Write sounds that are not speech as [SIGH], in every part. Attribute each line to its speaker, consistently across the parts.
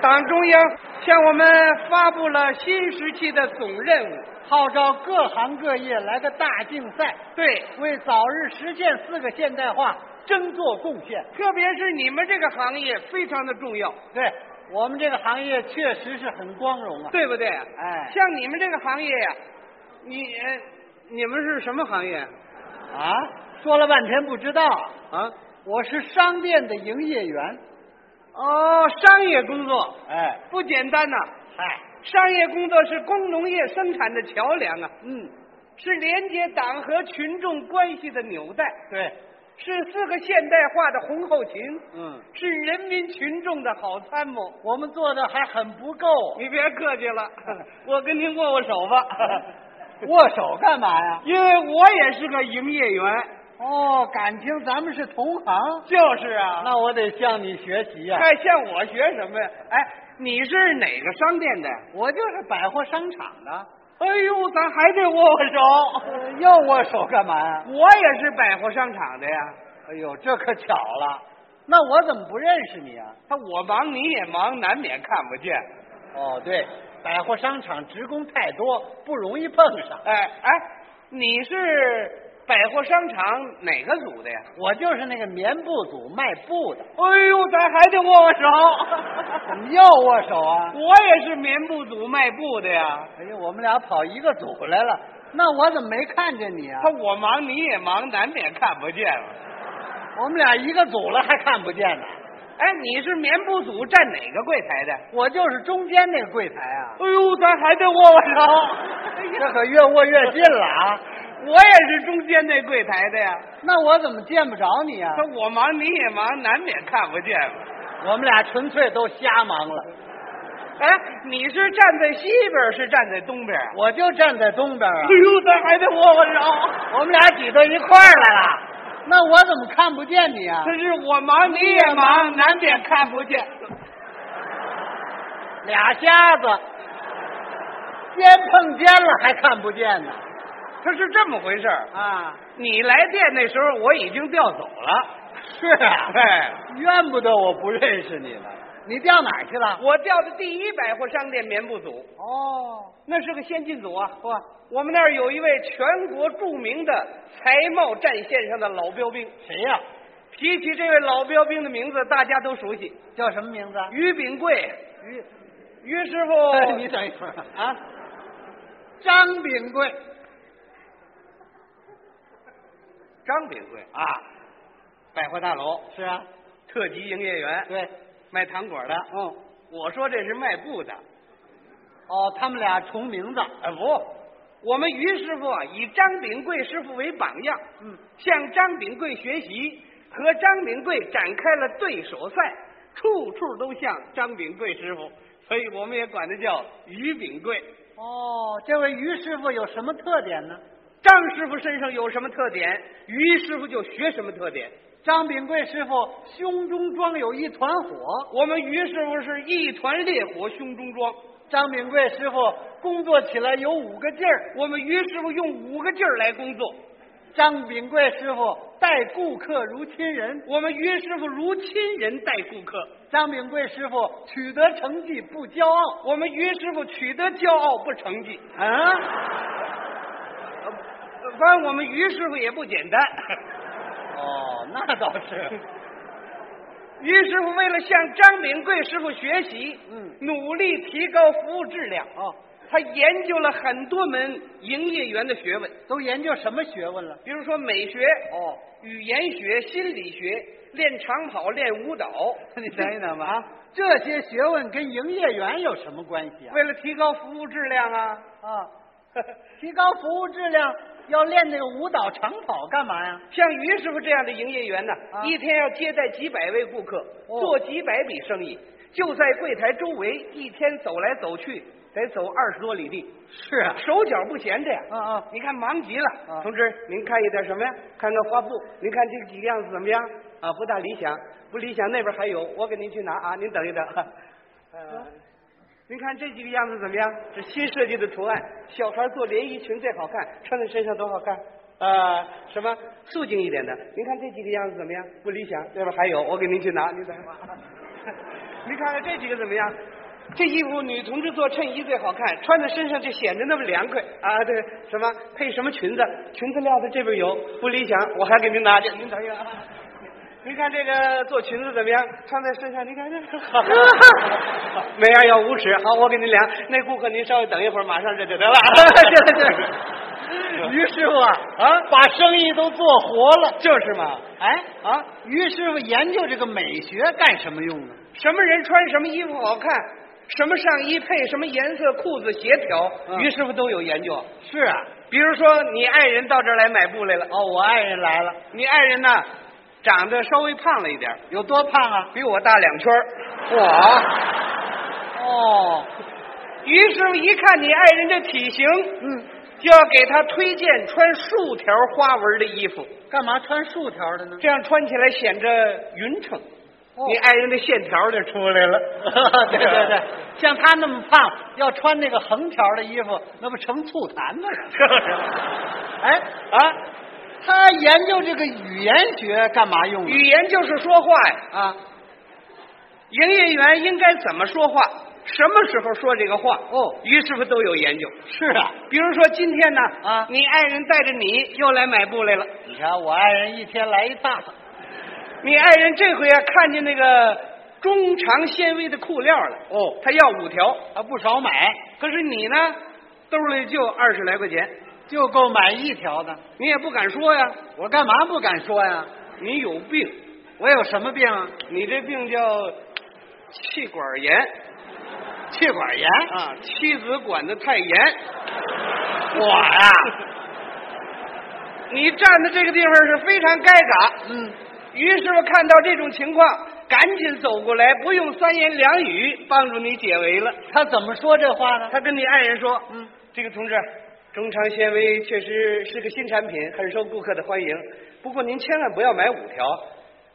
Speaker 1: 党中央向我们发布了新时期的总任务。
Speaker 2: 号召各行各业来个大竞赛，
Speaker 1: 对，
Speaker 2: 为早日实现四个现代化争做贡献。
Speaker 1: 特别是你们这个行业非常的重要，
Speaker 2: 对我们这个行业确实是很光荣啊！
Speaker 1: 对不对？
Speaker 2: 哎
Speaker 1: 像你们这个行业呀，你呃你们是什么行业
Speaker 2: 啊，说了半天不知道，
Speaker 1: 啊？
Speaker 2: 我是商店的营业员。
Speaker 1: 哦，商业工作
Speaker 2: 哎，
Speaker 1: 不简单呐、
Speaker 2: 嗨，
Speaker 1: 商业工作是工农业生产的桥梁啊，
Speaker 2: 嗯，
Speaker 1: 是连接党和群众关系的纽带，
Speaker 2: 对，
Speaker 1: 是四个现代化的红后勤，
Speaker 2: 嗯，
Speaker 1: 是人民群众的好参谋。
Speaker 2: 我们做的还很不够。啊
Speaker 1: 你别客气了， [LAUGHS] 我跟您握握手吧，
Speaker 2: [LAUGHS] 握手干嘛呀？
Speaker 1: 因为我也是个营业员。
Speaker 2: 哦，感情咱们是同行，
Speaker 1: 就是啊
Speaker 2: 那我得向你学习呀、
Speaker 1: 还向我学什么呀？哎，你是哪个商店的？
Speaker 2: 我就是百货商场的，
Speaker 1: 哎呦，咱还得握握手。
Speaker 2: 呃 [LAUGHS] 要握手干嘛呀？
Speaker 1: 我也是百货商场的呀。
Speaker 2: 哎呦，这可巧了，那我怎么不认识你啊？
Speaker 1: 他我忙你也忙，难免看不见。
Speaker 2: 哦，对，百货商场职工太多，不容易碰上。
Speaker 1: 哎哎，你是百货商场哪个组的呀？
Speaker 2: 我就是那个棉布组卖布 [LAUGHS] 的，
Speaker 1: 哎呦，咱还得握握手。
Speaker 2: 怎 [LAUGHS] 么又握手啊？
Speaker 1: 我也是棉布组卖布的呀。
Speaker 2: 哎呀，我们俩跑一个组来了，那我怎么没看见你啊
Speaker 1: 他？我忙你也忙，难免看不见了。
Speaker 2: 我们俩一个组了还看不见呢。
Speaker 1: 哎，你是棉布组站哪个柜台的？
Speaker 2: 我就是中间那个柜台啊，
Speaker 1: 哎呦，咱还得握握手。
Speaker 2: 这可越握越近了 [LAUGHS] 啊。
Speaker 1: 我也是中间那柜台的呀。
Speaker 2: 那我怎么见不着你啊
Speaker 1: 他？我忙你也忙，难免看不见了。
Speaker 2: 我们俩纯粹都瞎忙了。
Speaker 1: 哎，你是站在西边，是站在东边啊？哎
Speaker 2: 我就站在东边啊。
Speaker 1: 呦，咱还得握握手。
Speaker 2: 我们俩挤到一块儿来了，那我怎么看不见你啊？
Speaker 1: 可是我忙你也忙，难免看不见。
Speaker 2: 俩瞎子，肩碰肩了还看不见呢
Speaker 1: 他是这么回事儿
Speaker 2: 啊！
Speaker 1: 你来电那时候我已经调走了。
Speaker 2: 是啊，
Speaker 1: 哎，
Speaker 2: 怨不得我不认识你了。你调哪儿去了？
Speaker 1: 我调的第一百货商店棉布组，
Speaker 2: 哦，
Speaker 1: 那是个先进组啊。
Speaker 2: 嚯，
Speaker 1: 我们那儿有一位全国著名的才貌战线上的老标兵。
Speaker 2: 谁呀、
Speaker 1: 提起这位老标兵的名字，大家都熟悉，
Speaker 2: 叫什么名字？啊
Speaker 1: 于秉贵。
Speaker 2: 于，
Speaker 1: 于师傅，
Speaker 2: 你等一会儿啊
Speaker 1: 啊，
Speaker 2: 张炳贵
Speaker 1: 张秉贵，
Speaker 2: 啊，
Speaker 1: 百货大楼
Speaker 2: 是啊，
Speaker 1: 特级营业员，
Speaker 2: 对，
Speaker 1: 卖糖果的。
Speaker 2: 嗯，
Speaker 1: 我说这是卖布的，
Speaker 2: 哦，他们俩重名字，
Speaker 1: 啊不，我们于师傅啊以张秉贵师傅为榜样，
Speaker 2: 嗯，
Speaker 1: 向张秉贵学习，和张秉贵展开了对手赛，处处都像张秉贵师傅，所以我们也管他叫于秉贵。
Speaker 2: 哦，这位于师傅有什么特点呢？
Speaker 1: 张师傅身上有什么特点，于师傅就学什么特点。
Speaker 2: 张炳贵师傅胸中装有一团火，
Speaker 1: 我们于师傅是一团烈火胸中装，
Speaker 2: 张炳贵师傅工作起来有五个劲儿，
Speaker 1: 我们于师傅用五个劲儿来工作，
Speaker 2: 张炳贵师傅待顾客如亲人，
Speaker 1: 我们于师傅如亲人待顾客，
Speaker 2: 张炳贵师傅取得成绩不骄傲。
Speaker 1: 我们于师傅取得骄傲不成绩。
Speaker 2: 啊，
Speaker 1: 呃反正我们于师傅也不简单，
Speaker 2: 哦，那倒 [LAUGHS] 是，
Speaker 1: 于师傅为了向张炳贵师傅学习，
Speaker 2: 嗯
Speaker 1: 努力提高服务质量，
Speaker 2: 哦，
Speaker 1: 他研究了很多门营业员的学问，
Speaker 2: 都研究什么学问了？
Speaker 1: 比如说美学、
Speaker 2: 哦，
Speaker 1: 语言学、心理学，练长跑、练舞蹈。
Speaker 2: [LAUGHS] [LAUGHS] 你等一等吧啊，这些学问跟营业员有什么关系啊？
Speaker 1: 为了提高服务质量啊，
Speaker 2: 啊， [LAUGHS] 提高服务质量，要练那个舞蹈长跑干嘛呀？
Speaker 1: 像于师傅这样的营业员呢，
Speaker 2: 啊
Speaker 1: 一天要接待几百位顾客，
Speaker 2: 哦
Speaker 1: 做几百笔生意，就在柜台周围一天走来走去，得走二十多里地，
Speaker 2: 是啊，
Speaker 1: 手脚不闲着呀。
Speaker 2: 啊啊。
Speaker 1: 你看忙极了，
Speaker 2: 啊
Speaker 1: 同志，您看一点什么呀？看看花布，您看这几个样子怎么样？啊，不大理想，不理想，那边还有，我给您去拿啊，您等一等。呃，您看这几个样子怎么样？这新设计的图案，小孩做连衣裙最好看，穿在身上多好看。呃，什么素净一点的？您看这几个样子怎么样？不理想，那边还有，我给您去拿，您等一会儿啊。您看看这几个怎么样？这衣服女同志做衬衣最好看，穿在身上就显得那么凉快啊！对，什么配什么裙子，裙子料子这边有，不理想，我还给您拿去。您 [LAUGHS] 等一下啊！您看这个做裙子怎么样？穿在身上，您看这， [LAUGHS] 每样要五尺。好，我给您量。那顾客您稍微等一会儿，马上这就得了。 [LAUGHS]
Speaker 2: 对对对，于师傅啊，
Speaker 1: 啊
Speaker 2: 把生意都做活了。
Speaker 1: 就是嘛，
Speaker 2: 哎啊，于师傅研究这个美学干什么用呢？
Speaker 1: 什么人穿什么衣服好看，什么上衣配什么颜色，裤子协调，
Speaker 2: 嗯
Speaker 1: 于师傅都有研究。
Speaker 2: 是啊，
Speaker 1: 比如说，你爱人到这儿来买布来了，
Speaker 2: 哦，我爱人来了，
Speaker 1: 你爱人呢，长得稍微胖了一点儿，
Speaker 2: 有多胖啊？
Speaker 1: 比我大两圈儿
Speaker 2: 我，哦，
Speaker 1: 于师傅一看你爱人这体型，
Speaker 2: 嗯，
Speaker 1: 就要给他推荐穿竖条花纹的衣服，
Speaker 2: 干嘛穿竖条的呢？
Speaker 1: 这样穿起来显着匀称。
Speaker 2: 哦。
Speaker 1: 你爱人的线条就出来 [LAUGHS] 了
Speaker 2: 哎 [LAUGHS] 对对对，像他那么胖，要穿那个横条的衣服，那不成醋坛子 [LAUGHS] 了？
Speaker 1: 就是
Speaker 2: 哎啊，他研究这个语言学干嘛用呢？
Speaker 1: 语言就是说话呀。
Speaker 2: 啊，
Speaker 1: 营业员应该怎么说话，什么时候说这个话，
Speaker 2: 哦
Speaker 1: 于师傅都有研究。
Speaker 2: 是啊，
Speaker 1: 比如说今天呢，
Speaker 2: 啊
Speaker 1: 你爱人带着你又来买布来了，
Speaker 2: 你看我爱人一天来一趟，
Speaker 1: 你爱人这回啊看见那个中长纤维的裤料了，
Speaker 2: 哦
Speaker 1: 他要五条，
Speaker 2: 他不少买，
Speaker 1: 可是你呢，兜里就二十来块钱，
Speaker 2: 就够 [LAUGHS] 买一条的。
Speaker 1: 你也不敢说呀，
Speaker 2: 我干嘛不敢说呀？
Speaker 1: 你有病，
Speaker 2: 我有什么病啊？
Speaker 1: 你这病叫气管炎
Speaker 2: 气管炎？
Speaker 1: 啊，妻子管得太严，
Speaker 2: 我呀、
Speaker 1: 你站的这个地方是非常该嘎。
Speaker 2: 嗯，
Speaker 1: 于师傅看到这种情况，赶紧走过来，不用三言两语帮助你解围了。
Speaker 2: 他怎么说这话呢？
Speaker 1: 他跟你爱人说：“
Speaker 2: 嗯，
Speaker 1: 这个同志，啊中长纤维确实是个新产品，很受顾客的欢迎。不过您千万不要买五条，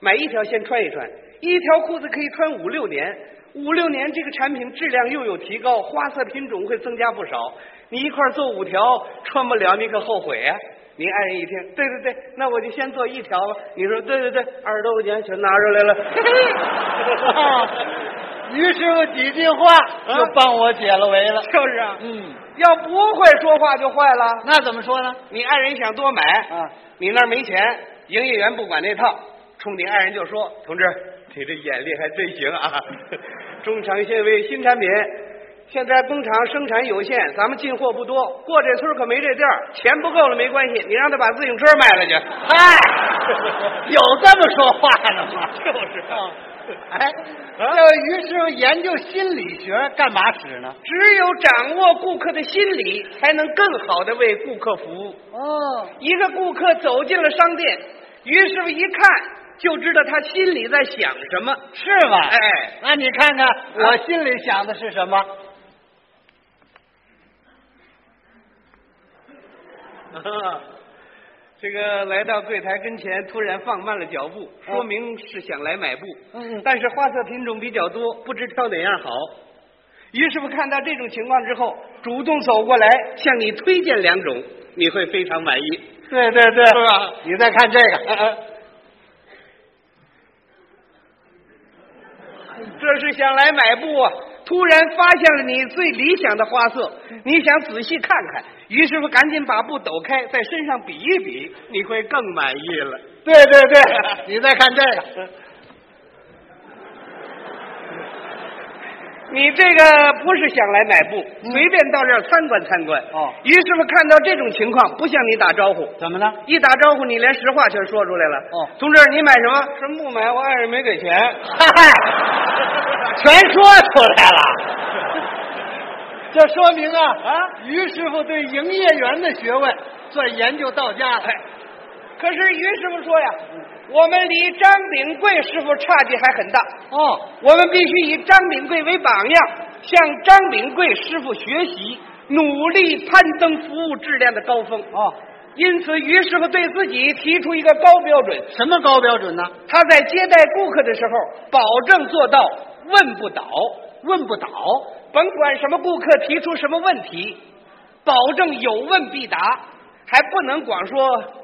Speaker 1: 买一条先穿一穿，一条裤子可以穿五六年。”五六年，这个产品质量又有提高，花色品种会增加不少。你一块儿做五条，穿不了，你可后悔啊！您爱人一听，对对对，那我就先做一条吧。你说对对对，二十多块钱全拿出来了，
Speaker 2: [LAUGHS] 于师傅几句话
Speaker 1: 啊
Speaker 2: 就帮我解了围了。
Speaker 1: [LAUGHS] 就是啊，
Speaker 2: 嗯，
Speaker 1: 要不会说话就坏了。
Speaker 2: 那怎么说呢？
Speaker 1: 你爱人想多买，
Speaker 2: 啊，
Speaker 1: 你那儿没钱，营业员不管那套，冲你爱人就说：“同志，你这眼力还真行啊！ [LAUGHS] 中长纤维新产品，现在工厂生产有限，咱们进货不多，过这村可没这店儿，钱不够了没关系，你让他把自行车卖了去。
Speaker 2: 嗨， [LAUGHS] 有这么说话的吗？
Speaker 1: [LAUGHS] 就是啊，
Speaker 2: 哎，这于师傅研究心理学干嘛使呢？
Speaker 1: 只有掌握顾客的心理，才能更好的为顾客服务。
Speaker 2: 哦，
Speaker 1: 一个顾客走进了商店，于师傅一看就知道他心里在想什么。”
Speaker 2: 是吧？
Speaker 1: 哎，
Speaker 2: 那你看看我心里想的是什么？
Speaker 1: 啊，这个来到柜台跟前，突然放慢了脚步，说明是想来买布。
Speaker 2: 嗯嗯
Speaker 1: 但是花色品种比较多，不知挑哪样好。于师傅看到这种情况之后，主动走过来向你推荐两种，你会非常满意。
Speaker 2: 对对对，
Speaker 1: 是吧嗯
Speaker 2: 你再看这个，
Speaker 1: 这是想来买布啊！突然发现了你最理想的花色，你想仔细看看，于师傅赶紧把布抖开，在身上比一比，你会更满意了。
Speaker 2: 对对
Speaker 1: [LAUGHS]
Speaker 2: 对，你再看这个，
Speaker 1: 嗯你这个不是想来买布，
Speaker 2: 嗯
Speaker 1: 随便到这儿参观参观。
Speaker 2: 哦
Speaker 1: 于师傅看到这种情况，不向你打招呼，
Speaker 2: 怎么了？
Speaker 1: 一打招呼你连实话全说出来了。
Speaker 2: 哦
Speaker 1: 同志，你买什么？什么不买？我爱人没给 [LAUGHS] 钱。
Speaker 2: 嗨，全说出来了。这说明啊啊，于师傅对营业员的学问算研究到家了。
Speaker 1: 哎可是于师傅说呀，我们离张炳贵师傅差距还很大，
Speaker 2: 哦，
Speaker 1: 我们必须以张炳贵为榜样，向张炳贵师傅学习，努力攀登服务质量的高峰。
Speaker 2: 哦，
Speaker 1: 因此，于师傅对自己提出一个高标准，
Speaker 2: 什么高标准呢？
Speaker 1: 他在接待顾客的时候，保证做到问不倒，
Speaker 2: 问不倒。
Speaker 1: 甭管什么顾客提出什么问题，保证有问必答，还不能光说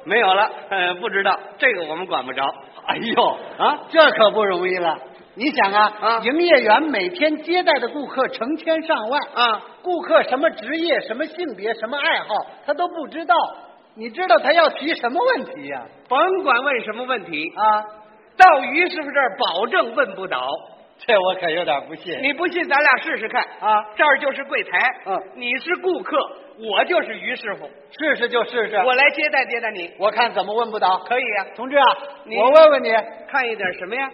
Speaker 1: 没有了，呃，不知道，这个我们管不着。
Speaker 2: 哎呦啊，这可不容易了。你想啊，
Speaker 1: 啊
Speaker 2: 营业员每天接待的顾客成千上万，
Speaker 1: 啊，
Speaker 2: 顾客什么职业、什么性别、什么爱好，他都不知道。你知道他要提什么问题呀、
Speaker 1: 甭管问什么问题，
Speaker 2: 啊？
Speaker 1: 到于师傅这儿保证问不倒。
Speaker 2: 这我可有点不信
Speaker 1: 你不信，咱俩试试看
Speaker 2: 啊
Speaker 1: 这儿就是柜台，
Speaker 2: 嗯
Speaker 1: 你是顾客，我就是于师傅，
Speaker 2: 试试就试试，
Speaker 1: 我来接待接待你，
Speaker 2: 我看怎么问不倒。
Speaker 1: 可以呀、
Speaker 2: 同志啊，
Speaker 1: 你
Speaker 2: 我问问你，
Speaker 1: 看一点什么呀？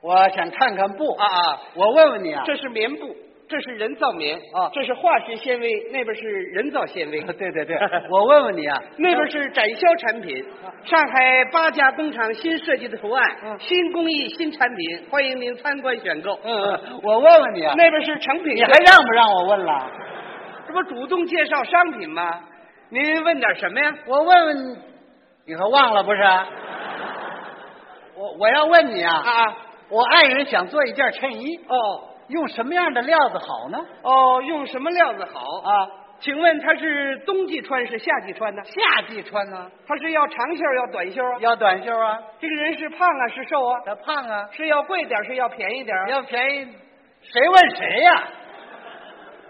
Speaker 2: 我想看看布
Speaker 1: 啊，啊，
Speaker 2: 我问问你啊，
Speaker 1: 这是棉布，这是人造棉
Speaker 2: 啊嗯
Speaker 1: 这是化学纤维，那边是人造纤维，
Speaker 2: 对对对， [LAUGHS] 我问问你啊，
Speaker 1: [LAUGHS] 那边是展销产品。上海八家工厂新设计的图案，
Speaker 2: 嗯
Speaker 1: 新工艺新产品，欢迎您参观选购。
Speaker 2: 嗯，嗯，我问问你啊，
Speaker 1: 那边是成品，
Speaker 2: 你还让不让我问了？
Speaker 1: 这不主动介绍商品吗？您问点什么呀？
Speaker 2: 我问问你，你还忘了
Speaker 1: [LAUGHS]
Speaker 2: 不是？我我要问你啊，
Speaker 1: 啊，
Speaker 2: 我爱人想做一件衬衣，
Speaker 1: 哦
Speaker 2: 用什么样的料子好呢？
Speaker 1: 哦，用什么料子好？
Speaker 2: 啊，
Speaker 1: 请问他是冬季穿是夏季穿呢？
Speaker 2: 夏季穿呢、
Speaker 1: 他是要长袖儿要短袖儿啊？
Speaker 2: 要短袖啊，
Speaker 1: 这个人是胖啊是瘦啊？
Speaker 2: 要胖啊，
Speaker 1: 是要贵点儿是要便宜点啊儿？
Speaker 2: 要便宜，谁问谁呀、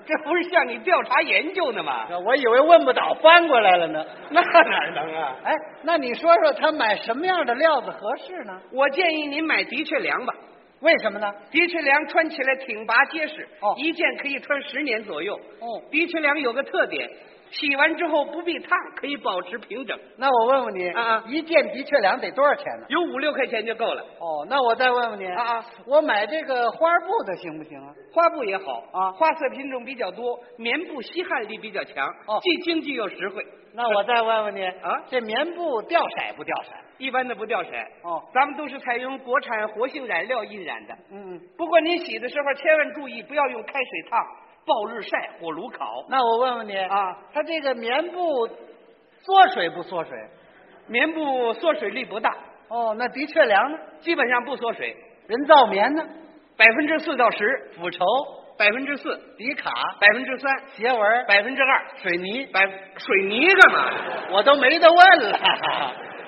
Speaker 1: 这不是向你调查研究呢吗？
Speaker 2: 我以为问不倒，翻过来了呢。
Speaker 1: 那哪能啊？
Speaker 2: 哎，那你说说他买什么样的料子合适呢？
Speaker 1: 我建议您买的确良吧，
Speaker 2: 为什么呢？
Speaker 1: 的确良穿起来挺拔结实，
Speaker 2: 哦
Speaker 1: 一件可以穿十年左右。
Speaker 2: 哦，
Speaker 1: 的确良有个特点，洗完之后不必烫，可以保持平整，
Speaker 2: 那我问问你，
Speaker 1: 啊啊
Speaker 2: 一件的确良得多少钱呢？
Speaker 1: 有五六块钱就够了。
Speaker 2: 哦，那我再问问你，
Speaker 1: 啊啊，
Speaker 2: 我买这个花布的行不行啊？
Speaker 1: 花布也好
Speaker 2: 啊
Speaker 1: 花色品种比较多，棉布吸汗力比较强，
Speaker 2: 哦
Speaker 1: 既经济又实惠。
Speaker 2: 那我再问问你，
Speaker 1: 啊
Speaker 2: 这棉布掉色不掉色？
Speaker 1: 一般的不掉色。
Speaker 2: 哦，
Speaker 1: 咱们都是采用国产活性染料印染的。
Speaker 2: 嗯，
Speaker 1: 不过您洗的时候千万注意，不要用开水烫、暴日晒、火炉烤。
Speaker 2: 那我问问你
Speaker 1: 啊，
Speaker 2: 它这个棉布缩水不缩水？
Speaker 1: 棉布缩水率不大，
Speaker 2: 哦，那的确良呢？
Speaker 1: 基本上不缩水，
Speaker 2: 人造棉呢？
Speaker 1: 百分之四到十，
Speaker 2: 复绸、
Speaker 1: 百分之四、
Speaker 2: 底卡、
Speaker 1: 百分之三、
Speaker 2: 斜 [LAUGHS] 纹、
Speaker 1: 百分之二，
Speaker 2: 水泥，
Speaker 1: 百水泥干嘛？
Speaker 2: 我都没得问了。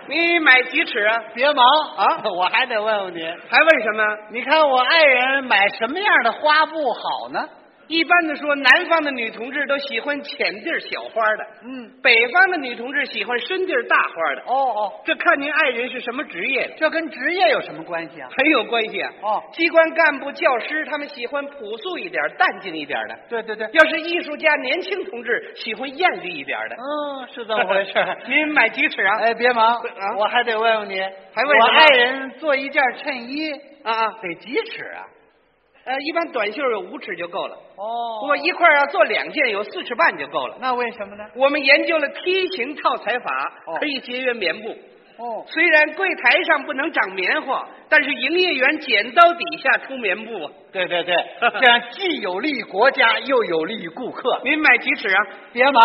Speaker 1: 你买几尺啊？
Speaker 2: 别忙啊，我还得问问你，
Speaker 1: 还问什么？
Speaker 2: 你看我爱人买什么样的花布好呢？
Speaker 1: 一般的说，南方的女同志都喜欢浅地儿小花的，
Speaker 2: 嗯，
Speaker 1: 北方的女同志喜欢深地儿大花的。
Speaker 2: 哦哦，
Speaker 1: 这看您爱人是什么职业的。
Speaker 2: 这跟职业有什么关系啊？
Speaker 1: 很有关系啊。
Speaker 2: 哦
Speaker 1: 机关干部、教师他们喜欢朴素一点、淡静一点的；
Speaker 2: 对对对，
Speaker 1: 要是艺术家、年轻同志喜欢艳丽一点的。
Speaker 2: 嗯，是 [LAUGHS] 这么回事儿。
Speaker 1: [LAUGHS] 您买几尺啊？
Speaker 2: 哎，别忙，
Speaker 1: 啊
Speaker 2: 我还得问问你，
Speaker 1: 还问什么
Speaker 2: 我爱人做一件衬衣
Speaker 1: 啊啊，
Speaker 2: 得几尺啊？
Speaker 1: 呃，一般短袖有五尺就够了。
Speaker 2: 哦
Speaker 1: 不过一块儿要做两件，有四尺半就够了。
Speaker 2: 那为什么呢？
Speaker 1: 我们研究了梯形套裁法
Speaker 2: 哦，
Speaker 1: 可以节约棉布。
Speaker 2: 哦，
Speaker 1: 虽然柜台上不能长棉花，但是营业员剪刀底下出棉布啊。
Speaker 2: 对对 [LAUGHS] 对，这样既有利于国家，又有利于顾客。 [LAUGHS]
Speaker 1: 您买几尺啊？
Speaker 2: 别忙，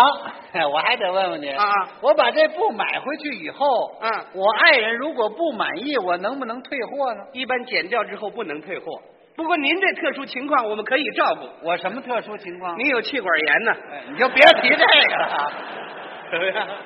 Speaker 2: 哎 [LAUGHS] 我还得问问你
Speaker 1: 啊啊！
Speaker 2: 我把这布买回去以后，
Speaker 1: 嗯
Speaker 2: 我爱人如果不满意，我能不能退货呢？
Speaker 1: 一般剪掉之后不能退货。不过您这特殊情况，我们可以照顾。
Speaker 2: 我什么特殊情况？
Speaker 1: 您有气管炎呢？
Speaker 2: 哎你就别提这个 [LAUGHS] 了。啊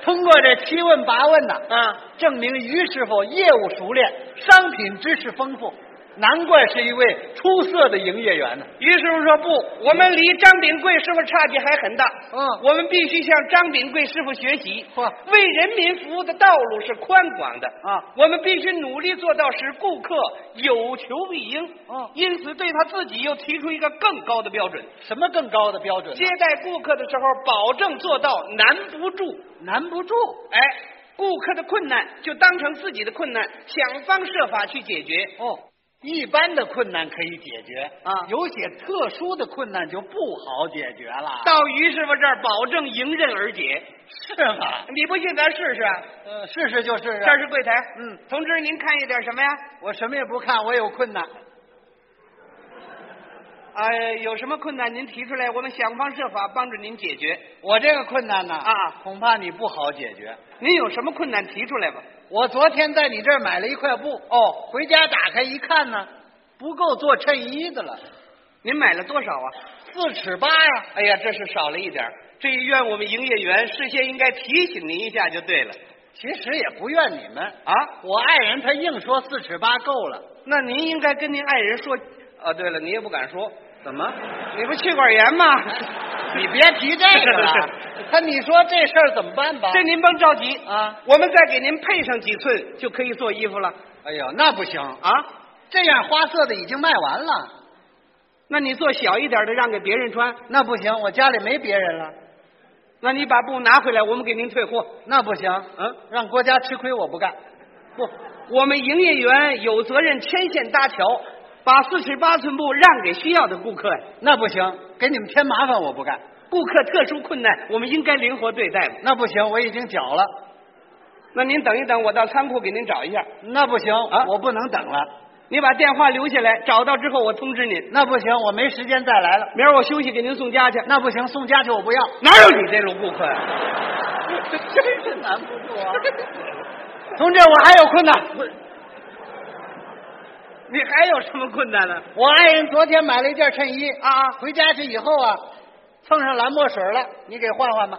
Speaker 2: 通过这七问八问呐，
Speaker 1: 啊，
Speaker 2: 证明于师傅业务熟练，商品知识丰富，难怪是一位出色的营业员呢。
Speaker 1: 于师傅说不，我们离张炳贵师傅差距还很大。
Speaker 2: 嗯
Speaker 1: 我们必须向张炳贵师傅学习。
Speaker 2: 嚯
Speaker 1: 为人民服务的道路是宽广的
Speaker 2: 啊
Speaker 1: 我们必须努力做到使顾客有求必应。
Speaker 2: 嗯
Speaker 1: 因此对他自己又提出一个更高的标准：
Speaker 2: 什么更高的标准呢？
Speaker 1: 接待顾客的时候，保证做到难不住。
Speaker 2: 难不住。
Speaker 1: 哎，顾客的困难就当成自己的困难，想方设法去解决。
Speaker 2: 哦，一般的困难可以解决
Speaker 1: 啊
Speaker 2: 有些特殊的困难就不好解决了，
Speaker 1: 到于师傅这儿，保证迎刃而解。
Speaker 2: 是吗？
Speaker 1: 你不信，咱试试啊！
Speaker 2: 呃，试试就试试。
Speaker 1: 这儿是啊柜台，
Speaker 2: 嗯，
Speaker 1: 同志，您看一点什么呀？
Speaker 2: 我什么也不看，我有困难。
Speaker 1: 啊、有什么困难您提出来，我们想方设法帮助您解决。
Speaker 2: 我这个困难呢，
Speaker 1: 啊
Speaker 2: 恐怕你不好解决。
Speaker 1: 您有什么困难提出来吧？
Speaker 2: 我昨天在你这儿买了一块布，哦，回家打开一看呢，不够做衬衣的了，
Speaker 1: 您买了多少啊？
Speaker 2: 四尺八呀、
Speaker 1: 哎呀，这是少了一点儿这一愿我们营业员事先应该提醒您一下就对了。
Speaker 2: 其实也不怨你们
Speaker 1: 啊
Speaker 2: 我爱人他硬说四尺八够了，
Speaker 1: 那您应该跟您爱人说。啊，对了，你也不敢说，
Speaker 2: 怎么？
Speaker 1: 你不气管炎吗？ [LAUGHS]
Speaker 2: 你别提这个了。他你说这事儿怎么办吧？
Speaker 1: 这您甭着急
Speaker 2: 啊，
Speaker 1: 我们再给您配上几寸就可以做衣服了
Speaker 2: 哎呦，那不行啊！
Speaker 1: 啊。
Speaker 2: 这样花色的已经卖完了，
Speaker 1: 那你做小一点的让给别人穿，
Speaker 2: 那不行，我家里没别人了，
Speaker 1: 那你把布拿回来，我们给您退货。
Speaker 2: 那不行。
Speaker 1: 嗯，
Speaker 2: 让国家吃亏我不干。
Speaker 1: 不，我们营业员有责任牵线搭桥，把四尺八寸布让给需要的顾客呀。
Speaker 2: 那不行，给你们添麻烦我不干。
Speaker 1: 顾客特殊困难，我们应该灵活对待嘛。
Speaker 2: 那不行，我已经缴了。
Speaker 1: 那您等一等，我到仓库给您找一下。
Speaker 2: 那不行
Speaker 1: 啊
Speaker 2: 我不能等了。
Speaker 1: 你把电话留下来，找到之后我通知您。
Speaker 2: 那不行，我没时间再来了。
Speaker 1: 明儿我休息给您送家去。
Speaker 2: 那不行，送家去我不要。
Speaker 1: 哪有你这种顾客啊呀、
Speaker 2: 真是难不住啊！ [LAUGHS] 同志，我还有困难。
Speaker 1: 你还有什么困难呢、
Speaker 2: 我爱人昨天买了一件衬衣
Speaker 1: 啊
Speaker 2: 回家去以后啊，蹭上蓝墨水了，你给换换吧。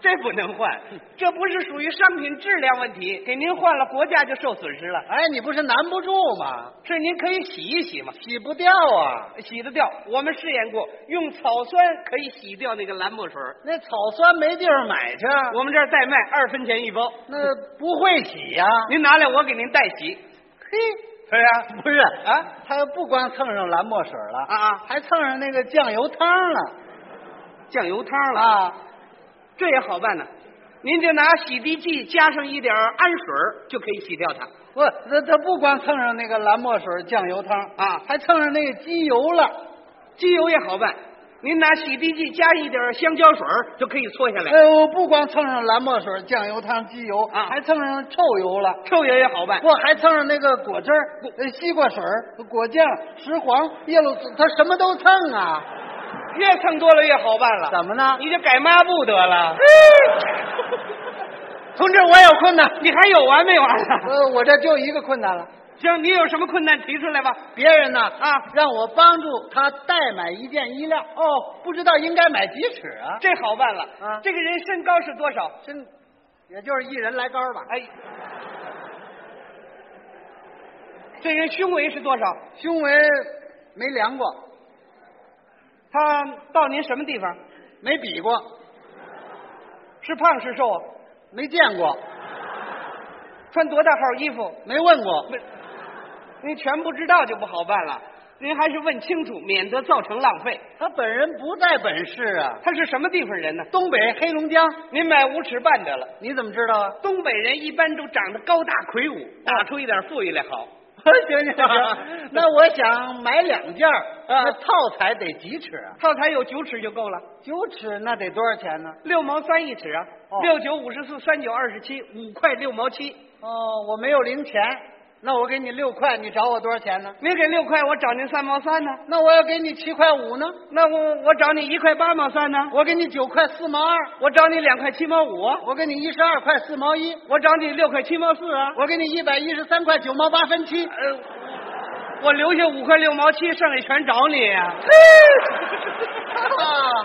Speaker 1: 这不能换，这不是属于商品质量问题，给您换了国家就受损失了。
Speaker 2: 哎，你不是难不住吗？
Speaker 1: 是您可以洗一洗嘛，
Speaker 2: 洗不掉啊！
Speaker 1: 洗得掉。我们试验过，用草酸可以洗掉那个蓝墨水儿。
Speaker 2: 那草酸没地儿买去，
Speaker 1: 我们这儿代卖二分钱一包，
Speaker 2: 那不会洗
Speaker 1: [LAUGHS]
Speaker 2: 呀、
Speaker 1: 您拿来我给您代洗。
Speaker 2: 嘿，
Speaker 1: 对呀、
Speaker 2: 不是
Speaker 1: 啊，
Speaker 2: 他不光蹭上蓝墨水了
Speaker 1: 啊啊
Speaker 2: 还蹭上那个酱油汤了
Speaker 1: 酱油汤了，
Speaker 2: 啊！
Speaker 1: 这也好办呢。您就拿洗涤剂加上一点儿氨水儿就可以洗掉它。
Speaker 2: 不，他他不光蹭上那个蓝墨水酱油汤
Speaker 1: 啊
Speaker 2: 还蹭上那个机油了。
Speaker 1: 机油也好办，您拿洗涤剂加一点儿香蕉水儿就可以搓下来。
Speaker 2: 呃，我不光蹭上蓝墨水、酱油汤、机油
Speaker 1: 啊
Speaker 2: 还蹭上臭油了，
Speaker 1: 臭油也好办，
Speaker 2: 不还蹭上那个果汁儿、呃西瓜水儿、果酱、石黄、叶露，它什么都蹭啊？
Speaker 1: 越蹭多了越好办了。
Speaker 2: 怎么呢？
Speaker 1: 你就改抹布得了。
Speaker 2: 同志，我有困难，
Speaker 1: 你还有完啊没完了？
Speaker 2: 呃，我这就一个困难了，
Speaker 1: 行，你有什么困难提出来吧。
Speaker 2: 别人呢
Speaker 1: 啊
Speaker 2: 让我帮助他代买一件衣料，哦，不知道应该买几尺啊？
Speaker 1: 这好办了
Speaker 2: 啊
Speaker 1: 这个人身高是多少？
Speaker 2: 真，也就是一人来高吧。
Speaker 1: 哎，这人胸围是多少？
Speaker 2: 胸围没量过，
Speaker 1: 他到您什么地方？
Speaker 2: 没比过，
Speaker 1: 是胖是瘦啊？
Speaker 2: 哦没见过，
Speaker 1: 穿多大号衣服？
Speaker 2: 没问过。
Speaker 1: 不，您全不知道就不好办了。您还是问清楚，免得造成浪费。
Speaker 2: 他本人不在本市啊，
Speaker 1: 他是什么地方人呢？
Speaker 2: 东北黑龙江，
Speaker 1: 您买五尺半得了。
Speaker 2: 你怎么知道啊？哦
Speaker 1: 东北人一般都长得高大魁梧，打出一点富裕来好。
Speaker 2: [LAUGHS] 行行 [LAUGHS] 行，那我想买两件儿，
Speaker 1: 啊
Speaker 2: 那套材得几尺啊？
Speaker 1: 套餐有九尺就够了，
Speaker 2: 九尺那得多少钱呢？
Speaker 1: 六毛三一尺啊，
Speaker 2: 哦
Speaker 1: 六九五十四，三九二十七，五块六毛七。
Speaker 2: 哦，我没有零钱，那我给你六块，你找我多少钱呢？
Speaker 1: 您给六块，我找您三毛三呢。
Speaker 2: 那我要给你七块五呢？
Speaker 1: 那我我找你一块八毛三呢，
Speaker 2: 我给你九块四毛二，
Speaker 1: 我找你两块七毛五啊，
Speaker 2: 我给你一十二块四毛一，
Speaker 1: 我找你六块七毛四啊，
Speaker 2: 我给你一百一十三块九毛八分七。
Speaker 1: 呃，我留下五块六毛七，剩下全找你啊。
Speaker 2: 啊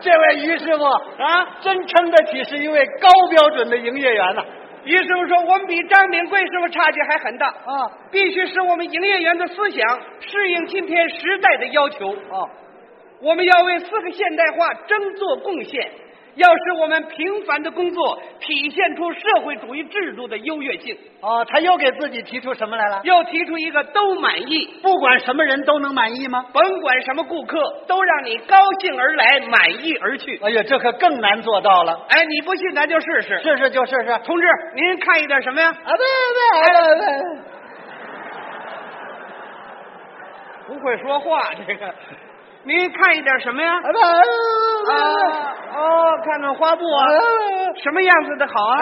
Speaker 2: 这位于师傅啊，真称得起是一位高标准的营业员呐、
Speaker 1: 于师傅说，我们比张炳贵师傅差距还很大
Speaker 2: 啊！
Speaker 1: 必须使我们营业员的思想适应今天时代的要求。
Speaker 2: 哦，
Speaker 1: 我们要为四个现代化争做贡献，要使我们平凡的工作体现出社会主义制度的优越性。
Speaker 2: 哦，他又给自己提出什么来了？
Speaker 1: 要提出一个都满意，
Speaker 2: 不管什么人都能满意吗？
Speaker 1: 甭管什么顾客，都让你高兴而来，满意而去。
Speaker 2: 哎呀，这可更难做到了。
Speaker 1: 哎，你不信咱就试试。
Speaker 2: 试试就试试。啊
Speaker 1: 同志，您看一点什么呀？
Speaker 2: 不不不不
Speaker 1: 不会说话这个。您看一点什么呀？
Speaker 2: 不不
Speaker 1: 啊哦，看看花布啊，什么样子的好啊？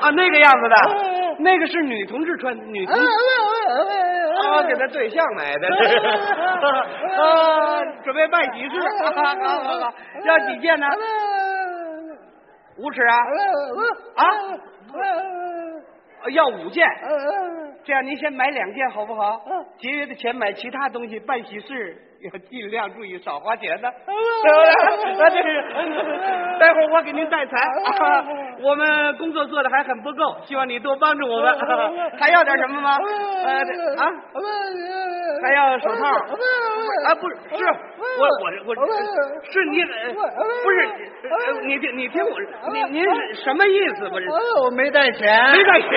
Speaker 1: 啊，那个样子
Speaker 2: 嗯
Speaker 1: 的，那个是女同志穿，女同志。
Speaker 2: 嗯
Speaker 1: 啊，给他对象买的，这是 [LAUGHS] 啊，准备办喜事，
Speaker 2: 嗯
Speaker 1: 啊好好好，要几件呢？五尺啊，
Speaker 2: 嗯
Speaker 1: 要五件。这样您先买两件好不好？
Speaker 2: 嗯
Speaker 1: 节约的钱买其他东西，办喜事要尽量注意少花钱呢。[LAUGHS]
Speaker 2: 嗯
Speaker 1: 啊，这是，待会儿我给您带财，啊 [LAUGHS]
Speaker 2: 嗯
Speaker 1: 我们工作做的还很不够，希望你多帮助我们
Speaker 3: 不
Speaker 2: 嗯
Speaker 3: 不不。不
Speaker 1: [LAUGHS] 还要点什么吗？呃
Speaker 3: 呃
Speaker 1: 这
Speaker 3: 啊
Speaker 1: 啊，，
Speaker 3: 还要手套啊
Speaker 1: 啊，
Speaker 3: 不
Speaker 1: 不
Speaker 3: 是
Speaker 1: 是，
Speaker 3: 是
Speaker 1: 是
Speaker 3: 我
Speaker 1: 我
Speaker 3: 我
Speaker 1: 我
Speaker 3: 我
Speaker 1: 我是你呃不是
Speaker 2: 嗯
Speaker 1: 呃你听你听我您您是什么意思？不是
Speaker 3: 我没带钱，
Speaker 1: 没带钱。